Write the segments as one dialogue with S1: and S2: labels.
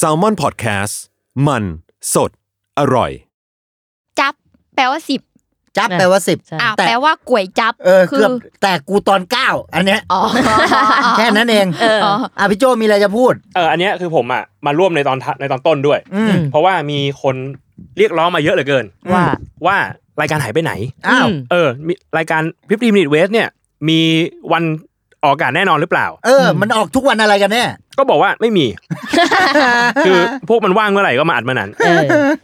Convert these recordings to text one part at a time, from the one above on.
S1: s a l m o n PODCAST มันสดอร่อย
S2: จับ แปลว่าสิบ
S3: จับแปลว่าสิบ
S2: อ่าว
S3: แต่
S2: แปลว่ากล้วยจับ
S3: เออเกือบแต่กูตอนเก้าอันเนี้ย
S2: อ๋อ
S3: แค่นั้นเอง
S2: เออ
S3: อ่ะพี่โจมีอะไรจะพูด
S4: เอออันเนี้ยคือผมอ่ะมาร่วมในตอนทในตอนต้นด้วย
S3: อืม
S4: เพราะว่ามีคนเรียกร้องมาเยอะเหลือเกิน
S3: ว่า
S4: ว่ารายการหายไปไหน
S3: อ้าว
S4: เออมีรายการพิพีมินิเวสเนี่ย มีวันออกอากาศแน่นอนหรือเปล่า
S3: เออ มันออกทุกวันอะไรกันแน่
S4: ก็บอกว่าไม่มี คือพวกมันว่างเมื่อไหร่ก็มาอัดเมื่อนั้น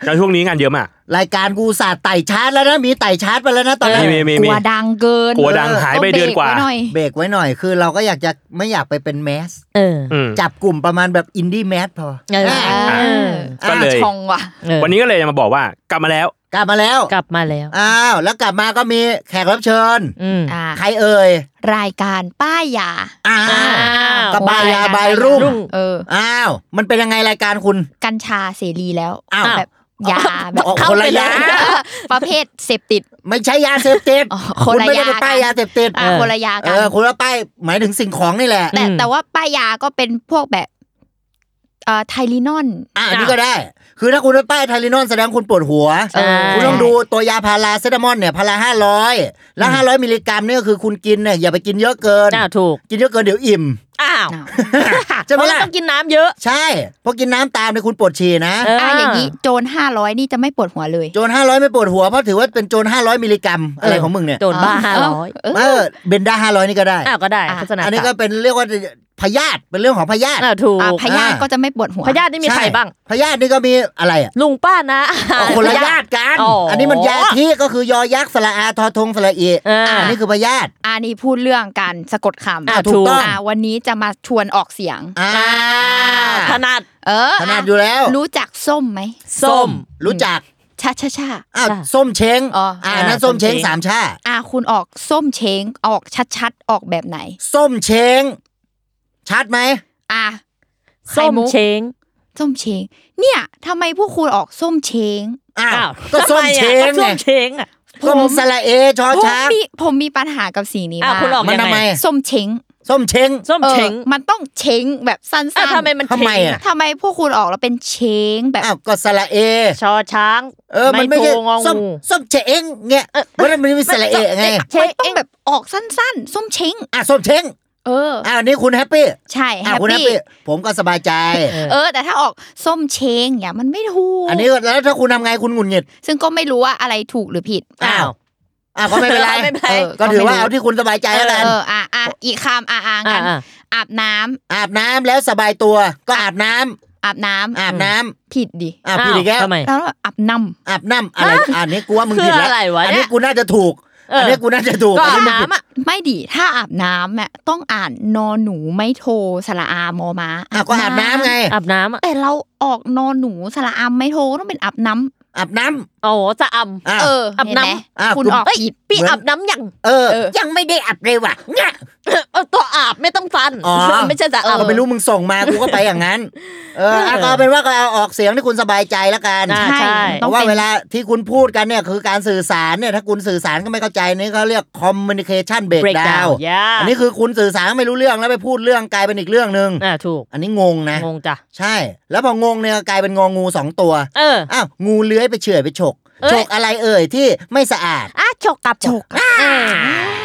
S4: แล้วช่วงนี้งานเยอะมาก
S3: รายการกูสาดไต่ชาร์จแล้วนะมีไต่ชาร์จไปแล้วนะตอนนี้
S4: มีมีมี
S2: ก
S4: มี
S2: ลัวดังเกิน
S4: กลัวดังหายไปเดือนกว่า
S2: ต้งบรไหน่อย
S3: เบรกไว้หน่อยคือเราก็อยากจะไม่อยากไปเป็นแมส
S5: เออ
S4: อืม
S3: จับกลุ่มประมาณแบบอินดี้แมสพอ
S5: เออ
S3: อ่ะ
S2: เออ
S4: ก็เลย
S2: ชองว่ะ
S5: เออ
S4: วันนี้ก็เลยจะมาบอกว่ากลับมาแล้ว
S3: กลับมาแล้ว
S5: กลับมาแล้ว
S3: อ้าวแล้วกลับมาก็มีแขกรับเชิญ
S5: อืม
S2: อ่า
S3: ใครเอ่ย
S2: รายการป้ายยา
S3: อ้าว
S5: ว
S3: กระบายยา
S2: โอ้
S3: บายรุ่ง
S2: เออ
S3: อ้าว มันเป็นยังไงรายการคุณ
S2: กัญชาเสรีแล้ว
S3: อ้าว
S2: แบบยาแบบ
S3: อ๋อคนละยา
S2: ประเภทเสพติด
S3: ไม่ใช่ยาเสพติด
S2: อ๋อ
S3: คุ
S2: น
S3: ณ
S2: ละ
S3: ไม่ได้
S2: ยา
S3: ไปป้ายยาเสพติด
S2: อ่า
S5: เออ
S2: คนละยา
S3: เอ
S2: กัน
S3: อคุณละป้ายหมายถึงสิ่งของนี่แหละ
S2: แต่
S5: อืม
S2: แต่ว่าป้ายยาก็เป็นพวกแบบเอ่อไทลินอน
S3: อ่ะอันนี่ก็ได้ คือถ้าคุณไปป้ายไทลินอนแสดงคุณปวดหัว
S5: ใช่
S3: คุณต้องดูตัวยาพาราเซตามอลเนี่ยพาราห้าร้อยแล้วห้าร้อยมิลลิกรัมเนี่ยก็คือคุณกินเนี่ยอย่าไปกินเยอะเกิน
S5: อ้าวถูก
S3: กินเยอะเกินเดี๋ยวอิ่ม
S5: อ้าว
S3: ใช่ไหม
S5: เพรา
S3: ล่ะ
S5: ต้องกินน้ำเยอะ
S3: ใช่เพราะกินน้ำตามเนี่ยคุณปวดฉี่นะ
S5: เออ
S2: อ่าอย่างนี้โจรห้าร้อยนี่จะไม่ปวดหัวเลย
S3: โจรห้าร้อยไม่ปวดหัวเพราะถือว่าเป็นโจรห้าร้อยมิลลิกรัมอะไรของมึงเนี่ย
S5: โจรบ้า
S2: เออ
S5: ห้าร้อย
S3: เออเบนด้าห้าร้อยนี่ก็ได้
S5: อ้าวก็ได้
S2: อ่ะ
S5: โฆษณา
S3: อันนี้ก็เป็นเรียกว่าพยาธิเป็นเรื่องของพยาธิ
S5: อ้าวถูก
S2: อ่ะพยาธิ
S3: อ่า
S2: ก็จะไม่ปวดหัว
S5: พยาธินี่มีใครบ้าง
S3: พยาธินี่ก็มีอะไรอ่ะ
S5: ลุงป้านะ
S3: อ๋อคนละญาติกัน
S5: อ๋ออั
S3: นนี้มันยาที่ก็คือยอยักษ์สระอาทอทงสระเอี
S5: เออ
S3: อันนี้คือพยาธิ
S2: อันนี้พูดเรื่องการสะกดคำ
S3: อ่ะถูกต้อง
S2: อ่ะวันนี้จะมาชวนออกเสียง
S3: อ่า
S5: ถนัด
S2: เออ
S3: ขนาด
S2: อ่ะ
S3: อยู่แล้ว
S2: รู้จักส้มไหม
S5: ส้ม
S3: รู้จัก
S2: ชาชาชา
S3: อ้าว
S5: จ้ะ
S3: ส้มเช้ง
S2: อ๋ออ่
S3: อ่านั่นส้มเช้ง
S5: ส้มเช้ง
S3: สามชา
S2: อ่ะคุณออกส้มเชงออกชัดๆ ออกแบบไหน
S3: ส้มเช้งชัดไหม
S2: อ่ะไข่
S5: ส้ม
S2: มุก
S5: เชง
S2: ส้มเชง เนี่ยทำไมพวกคุณออกส้มเชง
S3: อ้าว
S5: อ้าว
S3: ก็ส้มเช้ง
S5: ทำไมอ่ะก็ส้
S3: ไง
S5: มเช้งอ่ะ
S3: ส้มสระเอชอ
S2: ผม
S3: ช้าง
S2: มีผมมีปัญหากับสีนี้
S5: อ่ะ
S2: มาก
S5: คุณออก
S3: มัน
S5: ยั
S3: ทำ
S5: งไง
S3: ไม
S2: ส้มเชง
S3: ส้มเช้ง
S5: ส้ม
S2: เออ
S5: เช้ง
S2: มันต้องเชงแบบสั้
S5: อ้าว
S2: ๆ
S5: นทำไมมัน
S3: ทำไม
S5: เช้ง
S3: อ่ะ
S5: อ่ะ
S2: ทำไมพวกคุณออกแล้วเป็นเชงแบบ
S3: อ้าวก็สระเอ
S5: ชอช้าง
S3: เออ มันไม่ใช่
S5: โทรงองู
S3: ส้มส้มเช้งเงี้ยมันมันมีสระเอไง
S2: เชงต้องแบบออกสั้นๆ ส้มเช้ง
S3: อ่ะส้มเช้ง
S2: เออ
S3: อ่านี่คุณแฮปปี้
S2: ใช่
S3: อ่า
S2: แฮป
S3: คุณแฮป
S2: ปี้
S3: ปี้ผมก็สบายใจ
S2: เออ แต่ถ้าออกส้มเชงเนี่ยมันไม่ถูก
S3: อันนี้แล้วถ้าคุณทำไงคุณหงุดหงิด
S2: ซึ่งก็ไม่รู้ว่าอะไรถูกหรือผิด
S3: อ้าวอ่ะก็ไม่เป็นไร
S5: ไม่เป็นไร
S3: เออก็ถือว่าเอาที่คุณสบายใจแล้วกัน
S2: เอออ่ะอ่ะอีกคำอ่ะอ่ะ
S5: อ่ะ
S2: งั้น
S5: อ่ะ
S2: อาบน้ำ
S3: อาบน้ำแล้วสบายตัว ก็อาบน้ำ
S2: อาบน้ำ
S3: อาบน้ำ
S2: ผิดดิ
S3: อาบผิดอีกแล้ว
S5: ทำไม
S2: แล้วอาบน้ำ
S3: อาบน้ำอะไรอันนี้กูว่ามึง
S5: คือ
S3: ผิดแล้ว
S5: อะไรวะเนี่ย
S3: อันนี้กูน่าจะถูก
S5: เอออั
S3: อันนี้กูน่าจะถูก
S5: ก็
S3: อัน
S5: อาบ
S3: นี้มึงผิด
S5: น้ำอ่ะ
S2: ไม่ดิถ้าอาบน้ำอ่ะต้องอ่านนอหนูไม่โทสระอามอมา
S3: อ่ะก็อาบน้ำไง
S5: อาบน้ำอ่ะ
S2: แต่เราออกนอหนูสระอามไม่โทต้องเป็นอาบน้
S3: อาบน้ำ
S5: อ๋อจะอ่
S3: อ่ะ
S2: ำเออ
S5: ำอาบ
S2: เห็นไหม
S5: น้ำ
S3: อ่ะ
S2: คุณ
S3: คุณ
S2: ออก
S5: เอ้ย
S2: ผิด
S5: พี่
S3: เหมือน
S5: อาบน้ำยัง
S3: เออ
S2: เออ
S3: ยังไม่ได้อาบเลยว่ะเนี่ย
S5: เออตัวอาบไม่ต้องฟัน
S3: อ๋อ
S5: ไม่ใช่จะอาบ
S3: ก็ไม่รู้มึงส่งมากูก็ไปอย่างนั้น เอออ่ะก็เอาเป็นว่าก็เอาออกเสียงที่คุณสบายใจแล้วกัน
S5: อ่ะ
S2: ใช่
S5: ใช่
S2: ต้อง
S3: เพราะว่า
S2: ป็น
S3: เวลาที่คุณพูดกันเนี่ยคือการสื่อสารเนี่ยถ้าคุณสื่อสารก็ไม่เข้าใจนี่เขาเรียก communication breakdown
S5: ย่า
S3: อันนี้คือคุณสื่อสารไม่รู้เรื่องแล้วไปพูดเรื่องกลายเป็นอีกเรื่องหนึ่ง
S5: อ่าถูก
S3: อันนี้งงนะ
S5: งงจ้ะ
S3: ใช่ แล้วพองงเนี่ยกลายเป็นงองูสองตัว
S5: เออ
S3: อ้าว งูเลื้อยไปเฉื่อยไปฉก
S5: เอ้ย
S3: ฉกอะไรเอ่ยที่ไม่สะอาด
S2: อ่ะฉกกับฉก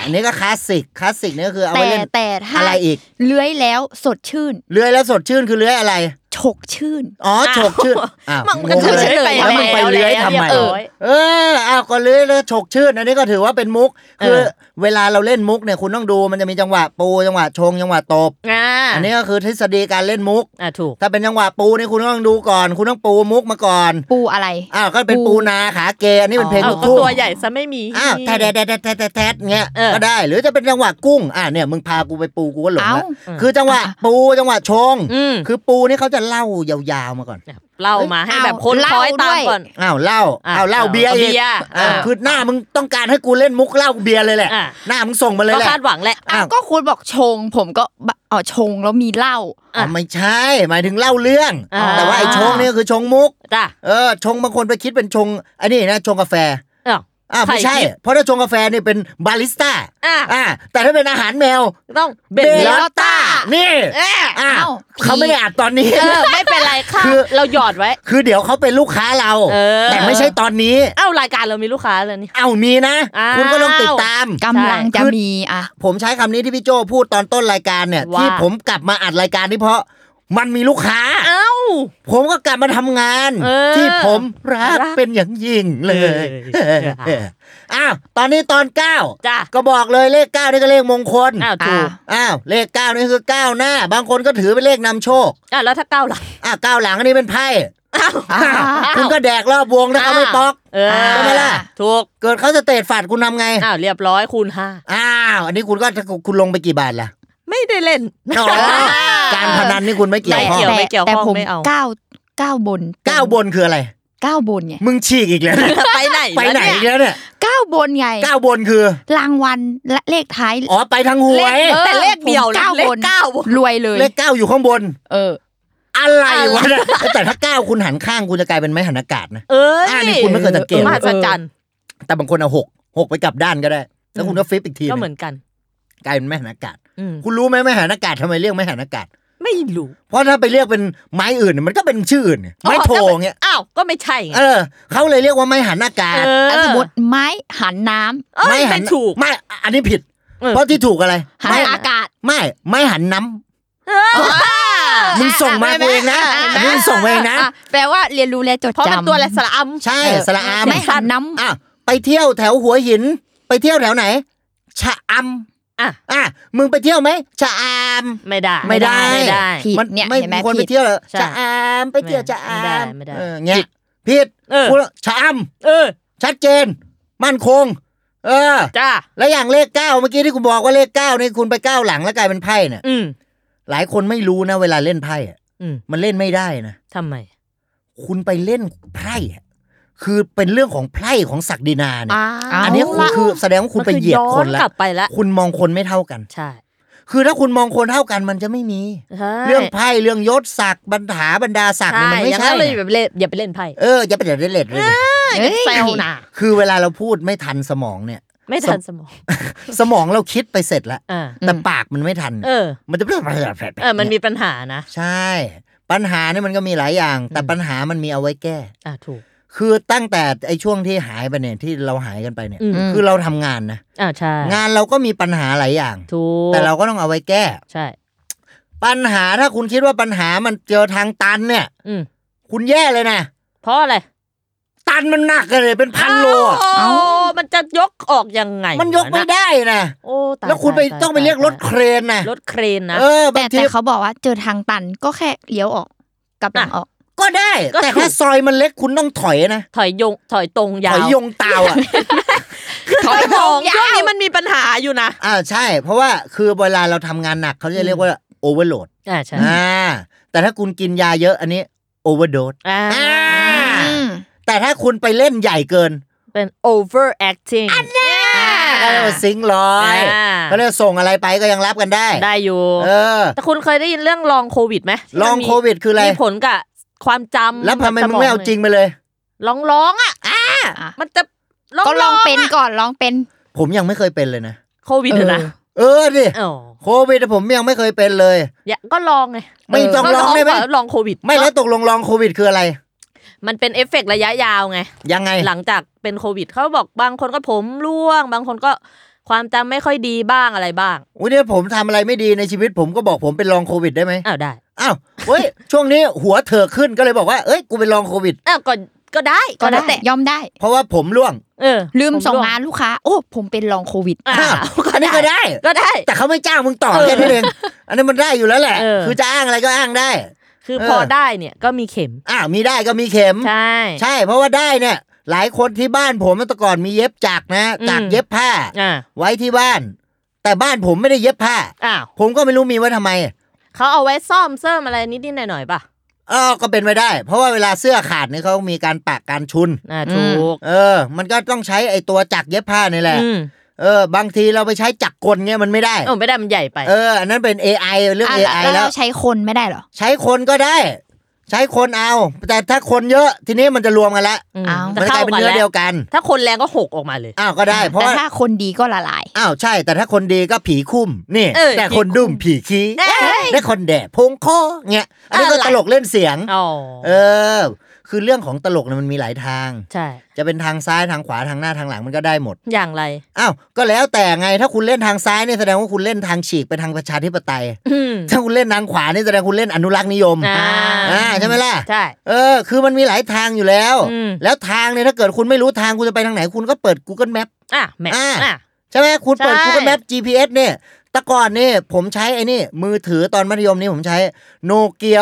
S3: อันนี้ก็คลาสสิก คลาสสิกเนี่ยก็คือเอา
S2: แต่
S3: ไว้เล่น
S2: แต่ถ้า
S3: อะไรอีก
S2: เลื้อยแล้วสดชื่น
S3: เลื้อยแล้วสดชื่นคือเลื้อยอะไร
S2: ฉ ฉกชื่น
S3: อ๋อฉกชื่นอ้าว
S5: มันก็
S3: งง
S5: เฉยๆไป
S3: แล้วมึงไป
S5: แล้ว
S3: เลื้อยทำไม
S5: เรียบร้อย
S3: เอออ้าวก็เลื้อยแล้วฉกชื่นอันนี้ก็ถือว่าเป็นมุก คือเวลาเราเล่นมุกเนี่ยคุณต้องดูมันจะมีจังหวะปูจังหวะชงจังหวะตบ
S5: อ่า
S3: อันนี้ก็คือทฤษฎีการเล่นมุก
S5: อ่าถูก
S3: ถ้าเป็นจังหวะปูนี่คุณต้องดูก่อน คุณต้องปูมุกมาก่อน
S2: ปูอะไร
S3: อ้าวก็เป็น
S2: ปู
S3: ปูนาขาเกอันนี้เป็นเพลง
S5: เอา
S3: ลูก
S5: ก็
S3: ทุ่ง
S5: ตัวใหญ่ซะไม่มี
S3: อ้าวแทะแทะแทะแทะแทะแทะเงี้ย
S5: เออ
S3: ก็ได้ หรือจะเป็นจังหวะกุ้งอ่ะเนี่ยมึงพากูไปปูกูก็หลง
S2: เอ้า
S3: ละคือจังหวะปูจังหวะชง
S5: อืม
S3: คือปูนี่เขาจะเล่ายาวๆมาก่อน
S5: เล่ามาให้
S2: เอา
S5: แบบคน
S2: เล่า
S5: คล้อยตาม
S2: ด้วย
S5: ก่อน
S3: อ้าวเล่า
S5: อ่ะ
S3: อ้าวเล่าเบียร์
S5: เอา
S3: อีก
S5: เบียร์
S3: อ่ะ
S5: เออ
S3: คือหน้ามึงต้องการให้กูเล่นมุกเล่าเบียร์เลยแหละ
S5: อ่ะ
S3: หน้ามึงส่งมาเลย
S5: ก็
S3: แหละ
S5: คาดหวังแหละ
S3: อ้าว
S2: ก็คุณบอกชง ผมก็บะอ๋อชงแล้วมีเหล้า
S3: อ๋อไม่ใช่ หมายถึงเล่าเรื่อง
S5: อ่า
S3: แต่ว่าไอ้ชงนี่ก็คือชงมุก
S5: จ้ะ
S3: เออชงบางคนไปคิดเป็นชงอันนี้นะชงกาแฟ
S5: อ้าว
S3: อ่าไม่ใช่
S5: ใครคิด
S3: เพราะถ้าชงกาแฟนี่เป็นบาริสต้า
S5: อ่ะ
S3: อ่าแต่ถ้าเป็นอาหารแมว
S5: ต้อง
S3: เบ
S5: เบ
S3: ล
S5: ล
S3: ล
S5: ล
S3: อ
S5: อ
S3: ต
S5: ต
S3: ตา
S5: ตา
S3: นี่
S5: เออ
S3: อ้าว
S2: อ้าว
S3: เขาไม่ได้อ่านตอนนี้
S5: เออ ไม่เป็นไรค่ะ
S3: คือ
S5: เราหยอดไว้
S3: คือเดี๋ยวเขาเป็นลูกค้าเรา
S5: เออ
S3: แต่ไม่ใช่ตอนนี้
S5: เอ้ารายการเรามีลูกค้าเลยนี่
S3: เอ้ามีนะ
S5: อ้าว
S3: คุณก็ลองติดตาม
S2: กำลังจะมีอ่ะ
S3: ผมใช้คำนี้ที่พี่โจพูดตอนต้นรายการเนี่ย
S5: ว่า
S3: ที่ผมกลับมาอัดรายการนี่เพราะ มันมีลูก ค้า
S5: เอ้า
S3: ผมก็กลับมาทำงาน
S5: เออ
S3: ที่ผมรัก
S5: รัก
S3: เป็นอย่างยิ่งเลย
S5: เออ
S3: เอออ้าวตอนนี้ตอนเก้า
S5: จ้ะ
S3: ก็บอกเลยเลขเก้านี่ก็เลขมงคล
S5: อ้าวถูก
S2: อ่ะ
S3: อ้าวเลขเก้านี่คือก้าวหน้า บางคนก็ถือเป็นเลขนำโชค
S5: อ่ะแล้วถ้าเก้าหลัง
S3: อ่ะก้าวหลังอันนี้เป็นไพ่
S2: อ้าว
S3: อ้ าวคุณก็แดกรอบวงถ้าเขาไม่ป๊อก
S5: เออ
S3: ใช่ไหมล่ะ
S5: ถูก
S3: เกิดเขาสเตตฝาดคุณทำไง
S5: อ้าวเรียบร้อยคูณห้า
S3: อ้าว อันนี้คุณก็คุณลงไปกี่บาทล่ะ
S5: ไม่ได้เล่น
S3: อ๋อการพนันนี่คุณไม่เกี่ยวข้อง
S5: ไม่เกี่ยว
S2: แต่
S5: ข้อง
S2: ผม
S5: ไม่เอา
S2: ก้าวก้าวบน
S3: ก้าวบนคืออะไร
S2: ก้าวบนไง
S3: มึงฉีกอีกแล้ว
S5: ไปไหน
S3: ไปไหน
S5: วะ
S3: อีก
S5: เย
S3: แล้วเนี่ย
S2: ก้าวบนไง
S3: ก้าวบนคือ
S2: รางวัลและเลขท้าย
S3: อ๋อไปทางหวย
S5: เลข แต่เดียว
S2: ผม
S5: นะ
S2: ก้าว
S5: เลข
S2: บน
S5: เก้าบน
S2: รวยเลย
S3: เลขเก้าอยู่ข้างบน
S2: เออ
S3: อะไรวะเนี่ยแต่ถ้าเก้าคุณหันข้างคุณจะกลายเป็นไม้หันอากาศนะ
S5: เอ้ย
S3: อ่ะนี่คุณไม่เคยสังเกต
S5: มหัศจรรย์
S3: แต่บางคนเอาหกหกไปกลับด้านก็ได้ แล้วคุณก็ฟลิปอีกที
S5: ก็
S3: ง
S5: เหมือนกัน
S3: กลายเป็นไม้หันอากาศ
S5: อืม
S3: คุณรู้ไหมไม้หันอากาศทำไมเรียกไม้หันอากาศ
S5: ไม่รู้
S3: เพราะถ้าไปเรียกเป็นไม้อื่นเนี่ยมันก็เป็นชื่ออื่นเนี่ยไม้โทเงี้ย
S5: อ้าวก็ไม่ใช่ไง
S3: เออเขาเลยเรียกว่าไม้หันอากาศ
S2: แล้วสมมติไม้หันน้ำ
S5: เอ้ย
S3: ไม้หั
S5: ไม่ถูก
S3: ไม่อันนี้ผิด
S5: เออ
S3: เพราะที่ถูกอะไร
S2: หัน
S3: ไม่
S2: อากาศ
S3: ไม่ไม่หันน้ำมึงส่งมา
S2: อ่ะ
S3: กูเองนะ
S2: อ่ะ
S3: อันนี้มึงส่งมาเองนะ
S2: อ่ะแปลว่าเรียนรู้และจด
S5: เพราะ
S2: จำ
S5: มันตัวอะไรสระอัม
S3: ใช่
S2: เออ
S3: สระอาม
S2: ไม่หันน้ำ
S3: อ่ะไปเที่ยวแถวหัวหิน ไปเที่ยวแถวไหน ชะอำ
S5: อ่ะ
S3: อ่ะมึงไปเที่ยวไหมชะอาม
S5: ไม่ได้
S3: ไม่ได้
S5: ไม่ได้
S2: ผิด
S3: มั
S2: เนี่ย
S3: ไม่
S2: เห็นไหม
S3: ควร
S2: ผิ
S3: ไป
S2: ด
S3: เที่ยวเหรอ
S5: ใช่
S3: ชะอามไปเที่ยวชะอาม
S5: ไม่ได้ไม่ได้
S3: เออเงี้ยผิด
S5: เออ
S3: คุณชะอำ
S5: เออ
S3: ชัดเจน มั่นคง เออ
S5: จ้า
S3: แล้วอย่างเลขเก้าเมื่อกี้ที่คุณบอกว่าเลขเก้านี่คุณไปเก้าวหลังแล้วกลายเป็นไพ่เนี่ย
S5: อืม
S3: หลายคนไม่รู้นะ เวลาเล่นไพ่อะ
S5: อืม
S3: มันเล่นไม่ได้นะ
S5: ทำไม
S3: คุณไปเล่นไพ่อะคือเป็นเรื่องของไพ่ของศักดินาเนี่ย
S2: เอา
S3: อันเนี้ยคุณ
S2: ละ
S3: คือแสดงว่าคุณไปเหยียดคน
S5: มัอ
S3: แล้
S5: อ
S3: ว
S5: กลับไปแล้ว
S3: คุณมองคนไม่เท่ากัน
S5: ใช่
S3: คือถ้าคุณมองคนเท่ากันมันจะไม่มี
S5: ใช่
S3: เรื่องไพ่เรื่องยศศักดิ์บรรดาบรรดาศักดิ์
S5: ใช่
S3: เนี่ยมันไม่
S5: อย่าง
S3: ใช่
S5: นั้นเลยอ
S3: นะ
S5: ย่าไปเล่นอย่าไปเล่นไพ่
S3: เอออย่าไปเด็ดเด็ดเลยนะ
S2: เอ้ย
S5: เซลน่ะ
S3: คือเวลาเราพูดไม่ทันสมองเนี่ย
S5: ไม่ทันสมอง
S3: สมองเราคิดไปเสร็จแล้ว
S5: อ่า
S3: แต่
S2: อืม
S3: ปากมันไม่ทัน
S5: เออ
S3: มันจะเรื่องแบบแบบ
S5: เออ มันมีปัญหานะ
S3: ใช่ ปัญหาเนี่ยมันก็มีหลายอย่าง แต่
S5: อืม
S3: ปัญหามันมีเอาไว้แก้
S5: อ่าถูก
S3: คือตั้งแต่ไอ้ช่วงที่หายไปเนี่ยที่เราหายกันไปเนี่ย
S5: อืม
S3: คือเราทำงานนะ
S5: อ่าใช่
S3: งานเราก็มีปัญหาหลายอย่าง
S5: ถูก
S3: แต่เราก็ต้องเอาไว้แก้
S5: ใช่
S3: ปัญหาถ้าคุณคิดว่าปัญหามันเจอทางตันเนี่ย
S5: อืม
S3: คุณแย่เลยนะ
S5: เพราะอะไร
S3: ตันมันหนักเลยเป็นพันโลอะ
S5: โอ้มันจะยกออกยังไง
S3: มันยกไม่
S5: วะะ
S3: ได้นะ
S5: โอ้ตาย
S3: แล้วคุณไป
S5: ตายตาย
S3: ต้องไปเรียกรถเครนนะ
S5: รถเครนนะ
S3: เออ
S2: แต่
S3: บางที
S2: แต่เขาบอกว่าเจอทางตันก็แค่เลี้ยวออกกลับหลังออก
S3: ก็ได้
S5: ก็
S3: แต่
S5: ถู
S3: ถ้าก ซอยมันเล็กคุณต้องถอยนะ
S5: ถอยยงถอยตรงยา
S3: ถ
S5: ว
S3: อยยงตาว อ่ะ
S5: ถอยตรง
S2: ยาว
S5: ช่วงนี้มันมีปัญหาอยู่นะ
S3: อ่าใช่ เพราะว่าคือเวลาเราทำงานหนักเขาจะเรียกว่าโอเวอร์โหลด
S5: อ่าใช่
S3: อ่าแต่ถ้าคุณกินยาเยอะอันนี้โอเวอร์โดส
S5: อ่า
S2: อืม
S3: แต่ถ้าคุณไปเล่นใหญ่เกิน
S5: เป็น overacting อันนี้
S3: ก็เรียกว่าซิงค์ร้อยเขาเรียกว่าส่งอะไรไปก็ยังรับกันได้
S5: ได้อยู่
S3: เออ
S5: แต่คุณเคยได้ยินเรื่องลองโควิดไหมที่มันมี
S3: ลองโควิดคืออะไร
S5: มีผลกับความจำ
S3: แล้วทำไม
S5: กับ
S3: มึ
S5: ส
S3: งไม่เอาจริงไปเลย
S5: ลองร้องอ่ะอ่า
S2: อ่ะ
S5: มันจะ
S2: ก็ลองเป็นก่อนลองเป็น
S3: ผมยังไม่เคยเป็นเลยนะ
S5: โควิดเหรอนะ
S3: เออดิ
S5: โอ้
S3: โควิดอะผมยังไม่เคยเป็นเลย
S5: ยก็ลองไง
S3: ไม่ต้องลองได้ไหม
S5: ก็ลองโควิด
S3: ไม่แล้วตกลงลองโควิดคืออะไร
S5: มันเป็นเอฟเฟกต์ระยะยาวไง
S3: ยังไง
S5: หลังจากเป็นโควิดเขาบอกบางคนก็ผมร่วง บางคนก็ความจำไม่ค่อยดีบ้างอะไรบ้าง
S3: อุ้ยเนี่ยผมทำอะไรไม่ดีในชีวิตผมก็บอกผมเป็นลองโควิดได้ไหม
S5: อ้าวได้
S3: อ้าว เฮ้ยช่วงนี้หัวเถอะขึ้นก็เลยบอกว่าเอ้ยกูเป็นลองโควิด
S5: อ้าวก็ก็ได้
S2: ก็
S5: ก็
S2: ได้
S5: แล้วแต่
S2: ยอมได้
S3: เพราะว่าผมร่วง
S5: เออ
S2: ลืม
S5: ผ
S2: ส่ง
S5: ร่ว
S2: งานลูกค้า โอ้ ผมเป็นลองโควิด
S5: อ่า
S3: อ้าวอันนี้ก็ได้
S5: ก็ได้
S3: แต่เขาไม่จ้างมึงต่อแค่นั้นเองอันนี้มันได้อยู่แล้วแหละ
S5: เออ
S3: คือจะอ้างอะไรก็อ้างได้
S5: คือ
S3: เออ
S5: พอได้เนี่ยก็มีเข็ม
S3: อ้าวมีได้ก็มีเข็ม
S5: ใช่
S3: ใช่เพราะว่าได้เนี่ย หลายคนที่บ้านผมเมื่อก่อนมีเย็บจักรนะ
S5: อืม
S3: จักรเย็บผ้า
S5: อ่า
S3: ไว้ที่บ้าน แต่บ้านผมไม่ได้เย็บผ้า
S5: อ้าว
S3: ผมก็ไม่รู้มีไว้ทำไม
S5: เขาเอาไว้ซ่อมเสริมอะไรนิดๆหน่อยๆป่ะ
S3: เออก็เป็นไปได้ เพราะว่าเวลาเสื้อขาดเนี่ยเขามีการปักการชุน
S5: อ่าถูก
S3: เออ มันก็ต้องใช้ไอ้ตัวจักรเย็บผ้านี่แหละ
S5: อืม
S3: เออบางทีเราไปใช้จักรกลเนี่ยมันไม่ได้
S5: เออไม่ได้มันใหญ่ไป
S3: เออ อันนั้นเป็น AI เรื่อง
S2: อ่ะ
S3: AI
S2: แล้ว
S3: แล้ว
S2: เราใช้คนไม่ได้เหรอ
S3: ใช้คนก็ได้ ใช้คนเอา แต่ถ้าคนเยอะทีนี้มันจะรวมกันละ
S5: ม
S2: อ้าว
S3: มัน
S5: จะ
S3: ก
S5: เข้า
S3: ลายเป็น
S5: กัน
S3: เนื้อ
S5: แล้ว
S3: เดียวกัน
S5: ถ้าคนแรงก็หกออกมาเลย
S3: อ้าวก็ได้ เพราะ
S2: แต่
S3: ว่า
S2: ถ้าคนดีก็ละลาย
S3: อ้าวใช่ แต่ถ้าคนดีก็ผีคุ้มนี่
S5: เออ
S3: แต่คนดุ้มผีขี้
S5: เอ้ย
S3: ได้คนแดดพงคอเงี้ยอันนี้ก็
S5: อะไร
S3: ตลกเล่นเสียง
S5: อ๋อ
S3: เออ คือเรื่องของตลกเนี่ยมันมีหลายทาง
S5: ใช่
S3: จะเป็นทางซ้ายทางขวาทางหน้าทางหลังมันก็ได้หมด
S5: อย่างไร
S3: อ้าวก็แล้วแต่ไงถ้าคุณเล่นทางซ้ายเนี่ยแสดงว่าคุณเล่นทางฉีกไปทางประชาธิปไตย
S5: อืม
S3: ถ้าคุณเล่นทางขวาเนี่ยแสดงคุณเล่นอนุรักษ์นิยม
S5: อ่า
S3: อ่าใช่ไหมล่ะ
S5: ใช่
S3: เออ คือมันมีหลายทางอยู่แล้ว
S5: อืม
S3: แล้วทางเนี่ยถ้าเกิดคุณไม่รู้ทางคุณจะไปทางไหนคุณก็เปิด Google Map
S5: อ่ะแม่
S3: อ่า
S5: อ่ะ
S3: ใช่ไหมคุณเปิด
S5: ใช่
S3: Google Map GPS เนี่ยแต่ก่อนเนี่ยผมใช้ไอ้นี่ มือถือตอนมัธยมนี่ผมใช้โนเกีย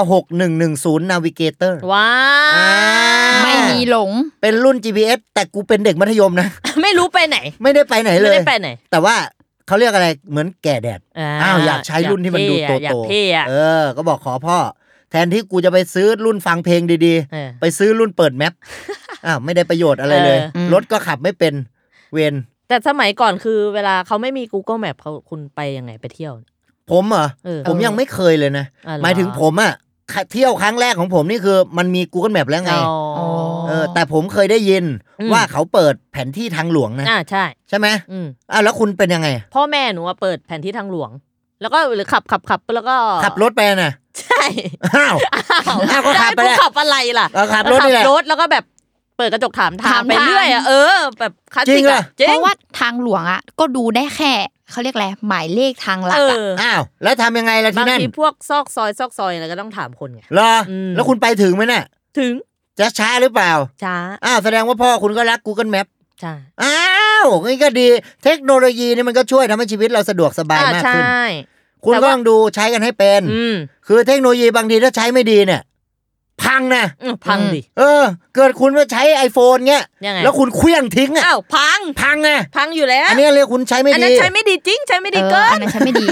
S3: 6110 Navigator
S5: ว้า
S3: อ่า
S5: ว
S2: ไม่มีหลง
S3: เป็นรุ่น GPS แต่กูเป็นเด็กมัธยมนะ
S5: ไม่รู้ไปไหน
S3: ไม่ได้ไปไหนเล
S5: ไม่
S3: ย
S5: ได้ไปไหน
S3: แต่ว่าเขาเรียกอะไรเหมือนแก่แดด อ้าวอยากใช้รุ่นที่มันดูโต
S5: อยา
S3: โต
S5: กเท่อะ
S3: เออ ก็บอกขอพ่อ แทนที่กูจะไปซื้อรุ่นฟังเพลงดี
S5: เออ
S3: ๆ ไปซื้อรุ่นเปิดแมป อ้าวไม่ได้ประโยชน์อะไรเลย
S5: เอออืม
S3: รถก็ขับไม่เป็นเวร
S5: แต่สมัยก่อนคือเวลาเขาไม่มี Google Map เขาคุณไปยังไงไปเที่ยว
S3: ผมเหรอ
S5: เออ
S3: ผมยังไม่เคยเลยนะ
S5: อ๋อเหรอ
S3: หมายถึงผมอะค่ะเที่ยวครั้งแรกของผมนี่คือ มันมี Google Map แล้วไง
S5: อ๋อ
S3: เออ แต่ผมเคยได้ยิน
S5: อืม
S3: ว่าเขาเปิดแผนที่ทางหลวงนะ
S5: อ่าใช่
S3: ใช่ไหม
S5: อืม
S3: อ้าวแล้วคุณเป็นยังไง
S5: พ่อแม่หนูอะเปิดแผนที่ทางหลวง แล้วก็หรือขับขับขับแล้วก็
S3: ขับรถไปนะ
S5: ใช่
S3: อ้าว อ้าวก็ขับไป
S5: แล้
S3: แห
S5: ว
S3: ละ
S5: ขับอะไรล่ะ
S3: เราขับรถนี่แหละ
S5: ขัรถแล้วก็แบบเปิดกระจกถามทา
S2: ถาง ม
S5: ไปเรื่อยอะ
S2: ทาง
S5: เออ แบบคลาส
S3: จริ
S5: สิ
S3: ง
S5: ก
S3: เหรอ
S5: อะจริ
S2: เพ
S5: ง
S2: ราะว่าทางหลวงอ่ะ ก็ดูได้แค่เขาเรียกอะไร หมายเลขทางหลั
S5: เอก
S2: อะ
S5: อ
S3: อ้าว แล้วทำยังไงล่ะ
S5: บา
S3: ที่
S5: ง
S3: นั่น
S5: ทีพวกซอกซอยซอกซอยอะไรก็ต้องถามคนไง
S3: เหรออ
S5: ม
S3: แล้วคุณไปถึงไหมน่ะ
S5: ถึง
S3: จะช้าหรือเปล่า
S5: ช้า
S3: อ้าว แสดงว่าพ่อคุณก็รัก Google Map
S5: ใช่
S3: อ้าวงี้ก็ดี เทคโนโลยีนี่มันก็ช่วยทำให้ชีวิตเราสะดวกสบาย
S5: อ่าม
S3: าก
S5: ใช่
S3: ขึ้น คุณ
S5: แต่
S3: ก็
S5: ว่า
S3: ต้องดูใช้กันให้เป็น
S5: อืม
S3: คือเทคโนโลยีบางทีถ้าใช้ไม่ดีเนี่ย พังนะ
S5: อืมพังดิ
S3: เออ เกิดคุณมาใช้ iPhone เงี้ย
S5: ยังไง
S3: แล้วคุณเคลี้ยงทิ้งอ่ะ
S5: อ้าวพัง
S3: พังนะ
S5: พังอยู่แล้ว
S3: อันนี้เรียกคุณใช้ไม่
S5: อัน
S3: ดี
S5: นั้นใช้ไม่ดีจริง ใช้ไม่
S2: เอ
S5: ดี
S2: อ
S5: เกิ
S2: อัน
S5: น
S2: นั้นใช้ไม่ดี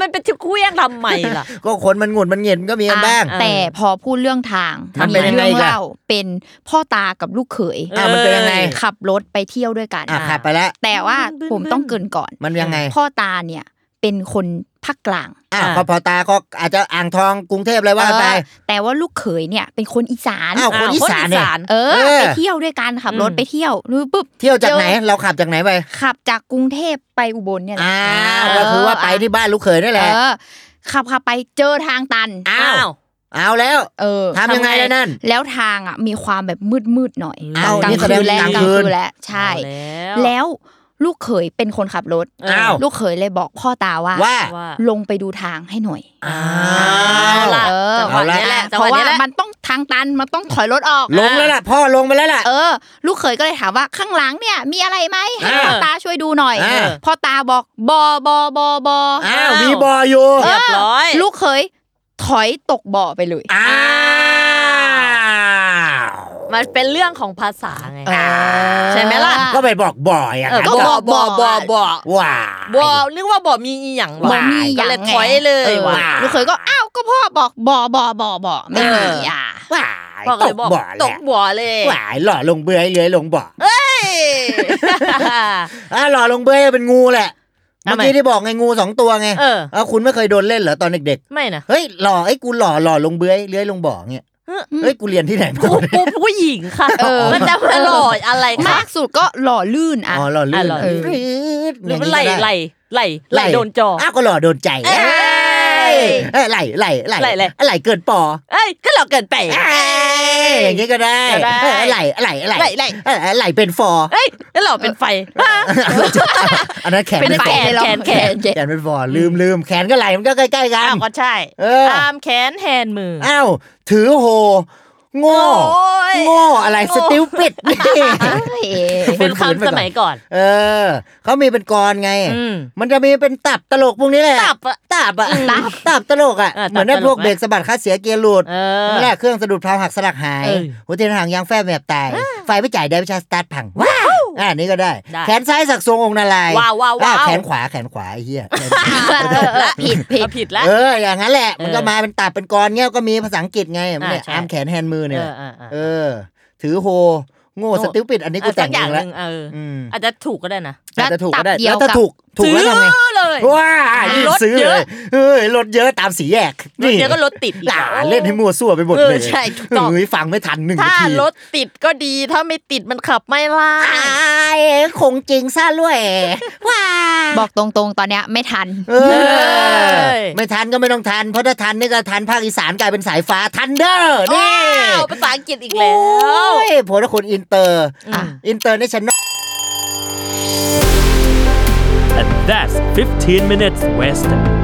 S5: มันเป็นที่เครื่องทำใหม่ล่ะ
S3: ก็คนมันหงุดมันเหงียนก็มีกันบ้าง
S5: อ่ะ
S2: แต่พอพูดเรื่องทาง
S3: มันเป็นยังไง
S2: เรื่
S3: อีกอะ
S2: เล่าเป็นพ่อตากับลูกเขย
S3: อ่ะมันเป็นยังไง
S2: ขับรถไปเที่ยวด้วยกัน
S3: อ่ะขับไปแล้ว
S2: แต่ว่า
S5: บึ้นๆ
S2: ผมต้องเกรินก่อน
S3: มันยังไง
S2: พ่อตาเนี่ยเป็นคนภาคกลาง
S3: อ่ะ
S5: อ่ะ
S3: พอพอตาก็อาจจะอ่างทองกรุงเทพอะไรว่ากันไป
S2: เออแต่ว่าลูกเขยเนี่ยเป็นคนอีสาน
S3: อ้าว คนอีสานเนี่ย
S2: เออ
S3: เออ
S2: ไปเที่ยวด้วยกันขับรถไปเที่ยวนู้ปุ๊บ
S3: เที่ยวจากไหนเราขับจากไหนไป
S2: ขับจากกรุงเทพไปอุบลเนี่ยแหละ
S3: อ้าว
S2: เ
S3: ก็คือว่าไปที่บ้านลูกเขยนี่แหละ
S2: เออขับขับไปเจอทางตัน
S3: อ้า
S5: อ้าว ว
S3: เอาแล้ว
S2: เออ
S3: ทำยังไงล่ะนั่น
S2: แล้วทางอ่ะมีความแบบมืดมืดๆหน่อย
S3: อ้าว
S2: กลาง
S3: นี่แสด
S2: คื
S3: ง
S2: นแล้ว
S3: กลาง
S2: กลาง
S3: คื
S2: คื
S3: น
S2: นแล้วใช่
S5: เอาแล้ว
S2: แล้วลูกเขยเป็นคนขับรถ
S3: อ้าว
S2: ลูกเขยเลยบอกพ่อตาว่า
S3: ว่า
S5: ว่า
S2: ลงไปดูทางให้หน่อย
S3: อ้าว
S5: ล่ะ
S2: เออ
S5: จังหวะเนี้ยแหละจัง
S2: เพ
S5: หวะ
S2: ราะ
S5: เนี้
S2: ว่าย
S5: แหละ
S2: มันต้องทางตันมันต้องถอยรถออก
S3: ลงแล้วล่ะ พ่อลงไปแล้วล่ะ
S2: เออ ลูกเขยก็เลยถามว่าข้างหลังเนี่ยมีอะไรไหมให้
S3: อ่า
S2: พ่อตาช่วยดูหน่อย
S3: อ่า
S2: พ่อตาบอกบอบอบอบอ
S3: อ้าว
S5: อ้าว
S3: มีบออยู่
S5: เรียบร้อย
S2: ลูกเขยถอยตกบ่อไปเลย
S3: อ้าว
S5: มันเป็นเรื่องของภาษาไง
S2: เออ
S5: ใช่ไหมล่ะ
S3: ก็ไปบอกบอยอ่ะ
S5: เออ
S3: นะ
S5: ก็บอบอบอบอ
S3: ว้า
S5: บอนึกว่าบอมีอีหยัง
S2: บ
S5: วะ
S2: อกมีอ
S5: ก็
S2: ย่าง
S5: เลย
S2: ไง
S5: ถอยเลย
S2: ออ
S5: ว่ะ
S2: ลูกเคยก็อ้าวก็พ่อบอกบอบอบอบอไม่มี
S3: เอออ่
S2: อ่ะ
S3: ว้า
S5: พ่อก็
S3: ต
S5: เลย
S3: ก
S5: บอก
S3: บ่อ
S5: ต
S3: แห
S5: ก
S3: ละ
S5: บ่อเลย
S3: ว้าหล่อลงเบื่อยเลื้อยลงบ่อ
S5: เฮ้ย
S3: อ่ะหล่อลงเบื่อยเป็นงูแหละ
S5: ทำ
S3: เมื่อ
S5: ไม
S3: กี้ที่บอกไงงูสองตัวไง
S5: เออ
S3: เอาคุณไม่เคยโดนเล่นเหรอตอนเด็ก
S5: ไม่นะ
S3: ๆเฮ้ยหล่อไอ้ยกูหล่อหล่อลงเบื่อยเลื้อยลงบ่อเงี้ยเฮ้ยกูเรียนที่ไหนมา
S5: กูกูผู้หญิงค่ะมันจะมาหล่ออะไรคะ
S2: มากสุดก็หล่อลื่นอ่ะ
S3: อ๋อหล่อลื่น
S5: อ่ะหล่อ
S3: เออ
S5: หรือมัน
S3: ย่างนี้ก็ด้
S5: ไหลไหลไหลไหลโดนจอ
S3: อ้าวก็หล่อโดนใจ
S5: เอ้ย
S3: เอ้ย เอ้ยไหลไหลไหล
S5: ไหล่ไหล่
S3: ไหลเกินปอ
S5: เอ้ยก็หลอกเกินไป
S3: เอ้ยอย่างงี้ก็ได้
S5: ก็ได้
S3: เอ้ยไหลไหลไหล
S5: ไหลไหล
S3: เอ้ยไหลเป็นฟอ
S5: เอ้ยก็หลอกเป็นไฟ
S3: อันนั้นแขน
S5: เป็น
S3: ไม่
S5: แข
S3: ฟอน
S5: แขนแขน
S3: แขนเป็นฟอลืมลืมแขนก็ไหลมันก็ใกล้ๆกั
S5: อ้าน วก็ใช่
S3: เออ
S5: ตามแขนแฮนมือ
S3: อ้าวถือโหโง่
S5: ย
S3: โง่อะไรสติวปิด นี่
S5: เป็นคำสมัยก่อน
S3: เออเขามีเป็นกรไง
S5: อืม
S3: มันจะมีเป็นตับตลกพวกนี้แหละ
S5: ตับอะ
S3: ตับอะตับตับตลกอะ
S5: เออตับ
S3: เหมือนนั่น
S5: ตลก
S3: พวก
S5: นะ
S3: เบรกสะบัดคัดเสียเกียร์หลุด
S5: เออ
S3: นั่นแหละเครื่องสะดุดพราวหักสลักหาย
S5: เออ
S3: หัวเตียนหางยางแฟบแบบตาย ไฟไม่จ่ายได้วิชาสตาร์ทพังว้าวอ่านี่ก็ได้
S5: ได้
S3: แขนซ้ายสักทรงองค์นาลายณ์
S5: ว้าวว้าวว้าว
S3: อ่แขนขวาแขนขวาไอ้เหี้ย
S2: ผิดผิด
S5: เอาผิดละ
S3: เอออย่างนั้นแหละมันก็
S5: เออ
S3: มาเป็นตับเป็นกรเงี้ยก็มีภาษาอังกฤษไงมันเนี่ย
S5: อ่าใช่
S3: อาร์มแขนแฮนด์มือเนี่ย
S5: เออเออเอ
S3: เอ
S5: อ
S3: อ ถือโฮโง่
S5: โง่
S3: สติวปิดอันนี้กู
S5: สั
S3: แต่ง
S5: อ
S3: เอย่าง ง
S5: ห
S3: แล้ว
S5: นึ่งเอออ
S3: อืม
S5: อาจจะถูกก็ได้นะ
S3: อาจจะถูกก็ได้
S2: ตับเดีย
S3: แล้ว วถ้า
S2: กับ
S3: ถูกถูกแล้วทำไง
S5: ซื้อเลย
S3: ว้านี่
S5: รถ
S3: ซื้อ
S5: เย
S3: เล
S5: อะ
S3: ยเอ้ยรถเยอะตามสีแยก
S5: รถเดี๋ยวก็รถติดอีก
S3: หล่า
S5: อะ
S3: เล่นให้มั่วซั่วไปหมด
S5: เออ
S3: เลย
S5: ใช่ถูกต้อง
S3: เฮ้ยฟังไม่ทันหนึ่ง
S5: ถ้า
S3: นาที
S5: รถติดก็ดีถ้าไม่ติดมันขับไม่ล่า
S3: อายคงจริงซะด้วยว้า
S2: บอกตรงๆ ตอนเนี้ยไม่ทัน
S3: เออไม่ทันก็ไม่ต้องทัน เพราะถ้าทันนี่ก็ทันภาคอีสานกลายเป็นสายฟ้าทันเดอร์นี่
S5: อ้าวภาษาอังกฤษอีกแล้ว
S3: โอ้ยผมว่าคนอินเตอร์
S5: อ่ะ
S3: อินเตอร์ในชั้น
S6: and that's 15 minutes west.